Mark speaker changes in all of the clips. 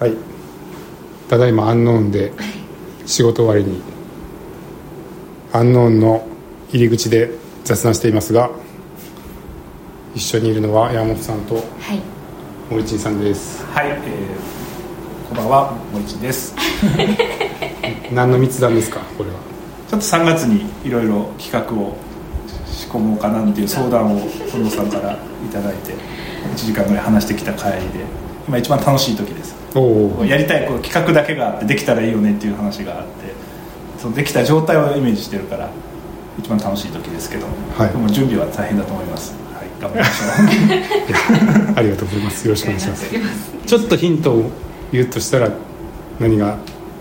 Speaker 1: はいただいまアンノーンで仕事終わりにアンノーンの入り口で雑談していますが一緒にいるのは山本さんと
Speaker 2: はい、
Speaker 1: 森珍さんです
Speaker 3: はい、えー、こんばんは、森一です。ち
Speaker 1: 何の密談ですかこれは
Speaker 3: ょっと3月にいろいろ企画を仕込もうかなんていう相談を近藤さんからいただいて、1時間ぐらい話してきた帰りで、今一番楽しい時です。
Speaker 1: おお
Speaker 3: やりたいこう企画だけがあってできたらいいよねっていう話があって、そのできた状態をイメージしてるから一番楽しい時ですけど、
Speaker 1: はい
Speaker 3: でも準備は大変だと思います。はい、頑張りましょう。
Speaker 1: ありがとうございますよろしくお願いしま
Speaker 2: お
Speaker 1: す
Speaker 2: 願いします
Speaker 1: ちょっとヒントを言うとしたら何が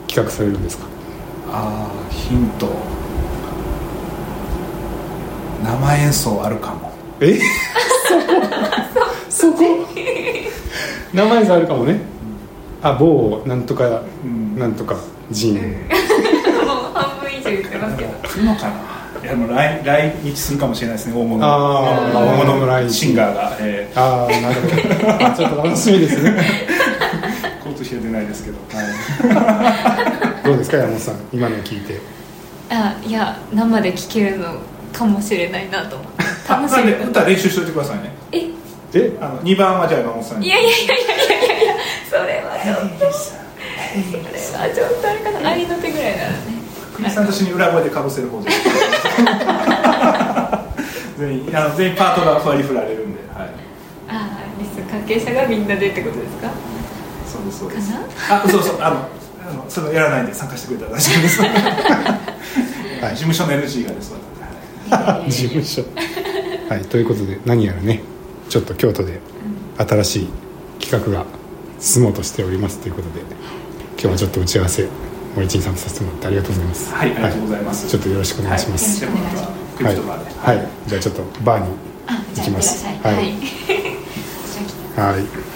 Speaker 1: 企画されるんですか
Speaker 3: ああ、ヒント。生演奏あるかも。
Speaker 1: え そこそこ名前さあるかもねあ某なんとか
Speaker 3: うん
Speaker 1: なんとか人
Speaker 2: もう半分以上言ってますけど。
Speaker 3: 来るのかないやもう来来日するかもしれないですね大物
Speaker 1: あ
Speaker 2: ー
Speaker 3: 大
Speaker 1: 大物
Speaker 3: 物
Speaker 1: の
Speaker 3: の
Speaker 1: 来日
Speaker 3: シンガーが、え
Speaker 1: ああなるほど あちょっと楽しみですね
Speaker 3: ー、交通費は出ないですけど、
Speaker 1: どうですか山本さん今の聞いて
Speaker 2: あ、いや、生で聞けるのかもしれないなと思って。楽しみ
Speaker 3: なんで。歌練習しといてくださいね
Speaker 2: え、
Speaker 1: え
Speaker 3: あの2番はじゃあ山本さんに
Speaker 2: いやいやいやいやいやいや、それはちょっと。それはちょっとあれかな、愛の手ぐらいならね。
Speaker 3: クリスさんと一緒に裏声でかぶせる方で全員あの全員パートが割り振られるんで、はい、
Speaker 2: あー、リス関係者がみんなでってことですか。
Speaker 3: そうですそうです
Speaker 2: かな。
Speaker 3: あそうそうあのあのそれをやらないんで参加してくれたら大丈夫です事務所の NG がです私はい
Speaker 1: 事務所はいということで何やらねちょっと京都で新しい企画が進もうとしておりますということで今日はちょっと打ち合わせ森珍さんとさせてもらってありがとうございます
Speaker 3: はいありがとうございます
Speaker 1: ちょっとよろしくお願いします、
Speaker 3: はい、じゃあ今度はクリ
Speaker 1: は
Speaker 3: プ
Speaker 1: い、
Speaker 3: トバーで
Speaker 1: はい、じゃあちょっとバーに
Speaker 2: あ、じゃあ、
Speaker 1: 行き
Speaker 2: 行ってら
Speaker 1: ま
Speaker 2: っ
Speaker 1: す
Speaker 2: しゃい。
Speaker 1: は
Speaker 2: はいい。じゃあ来て
Speaker 1: はい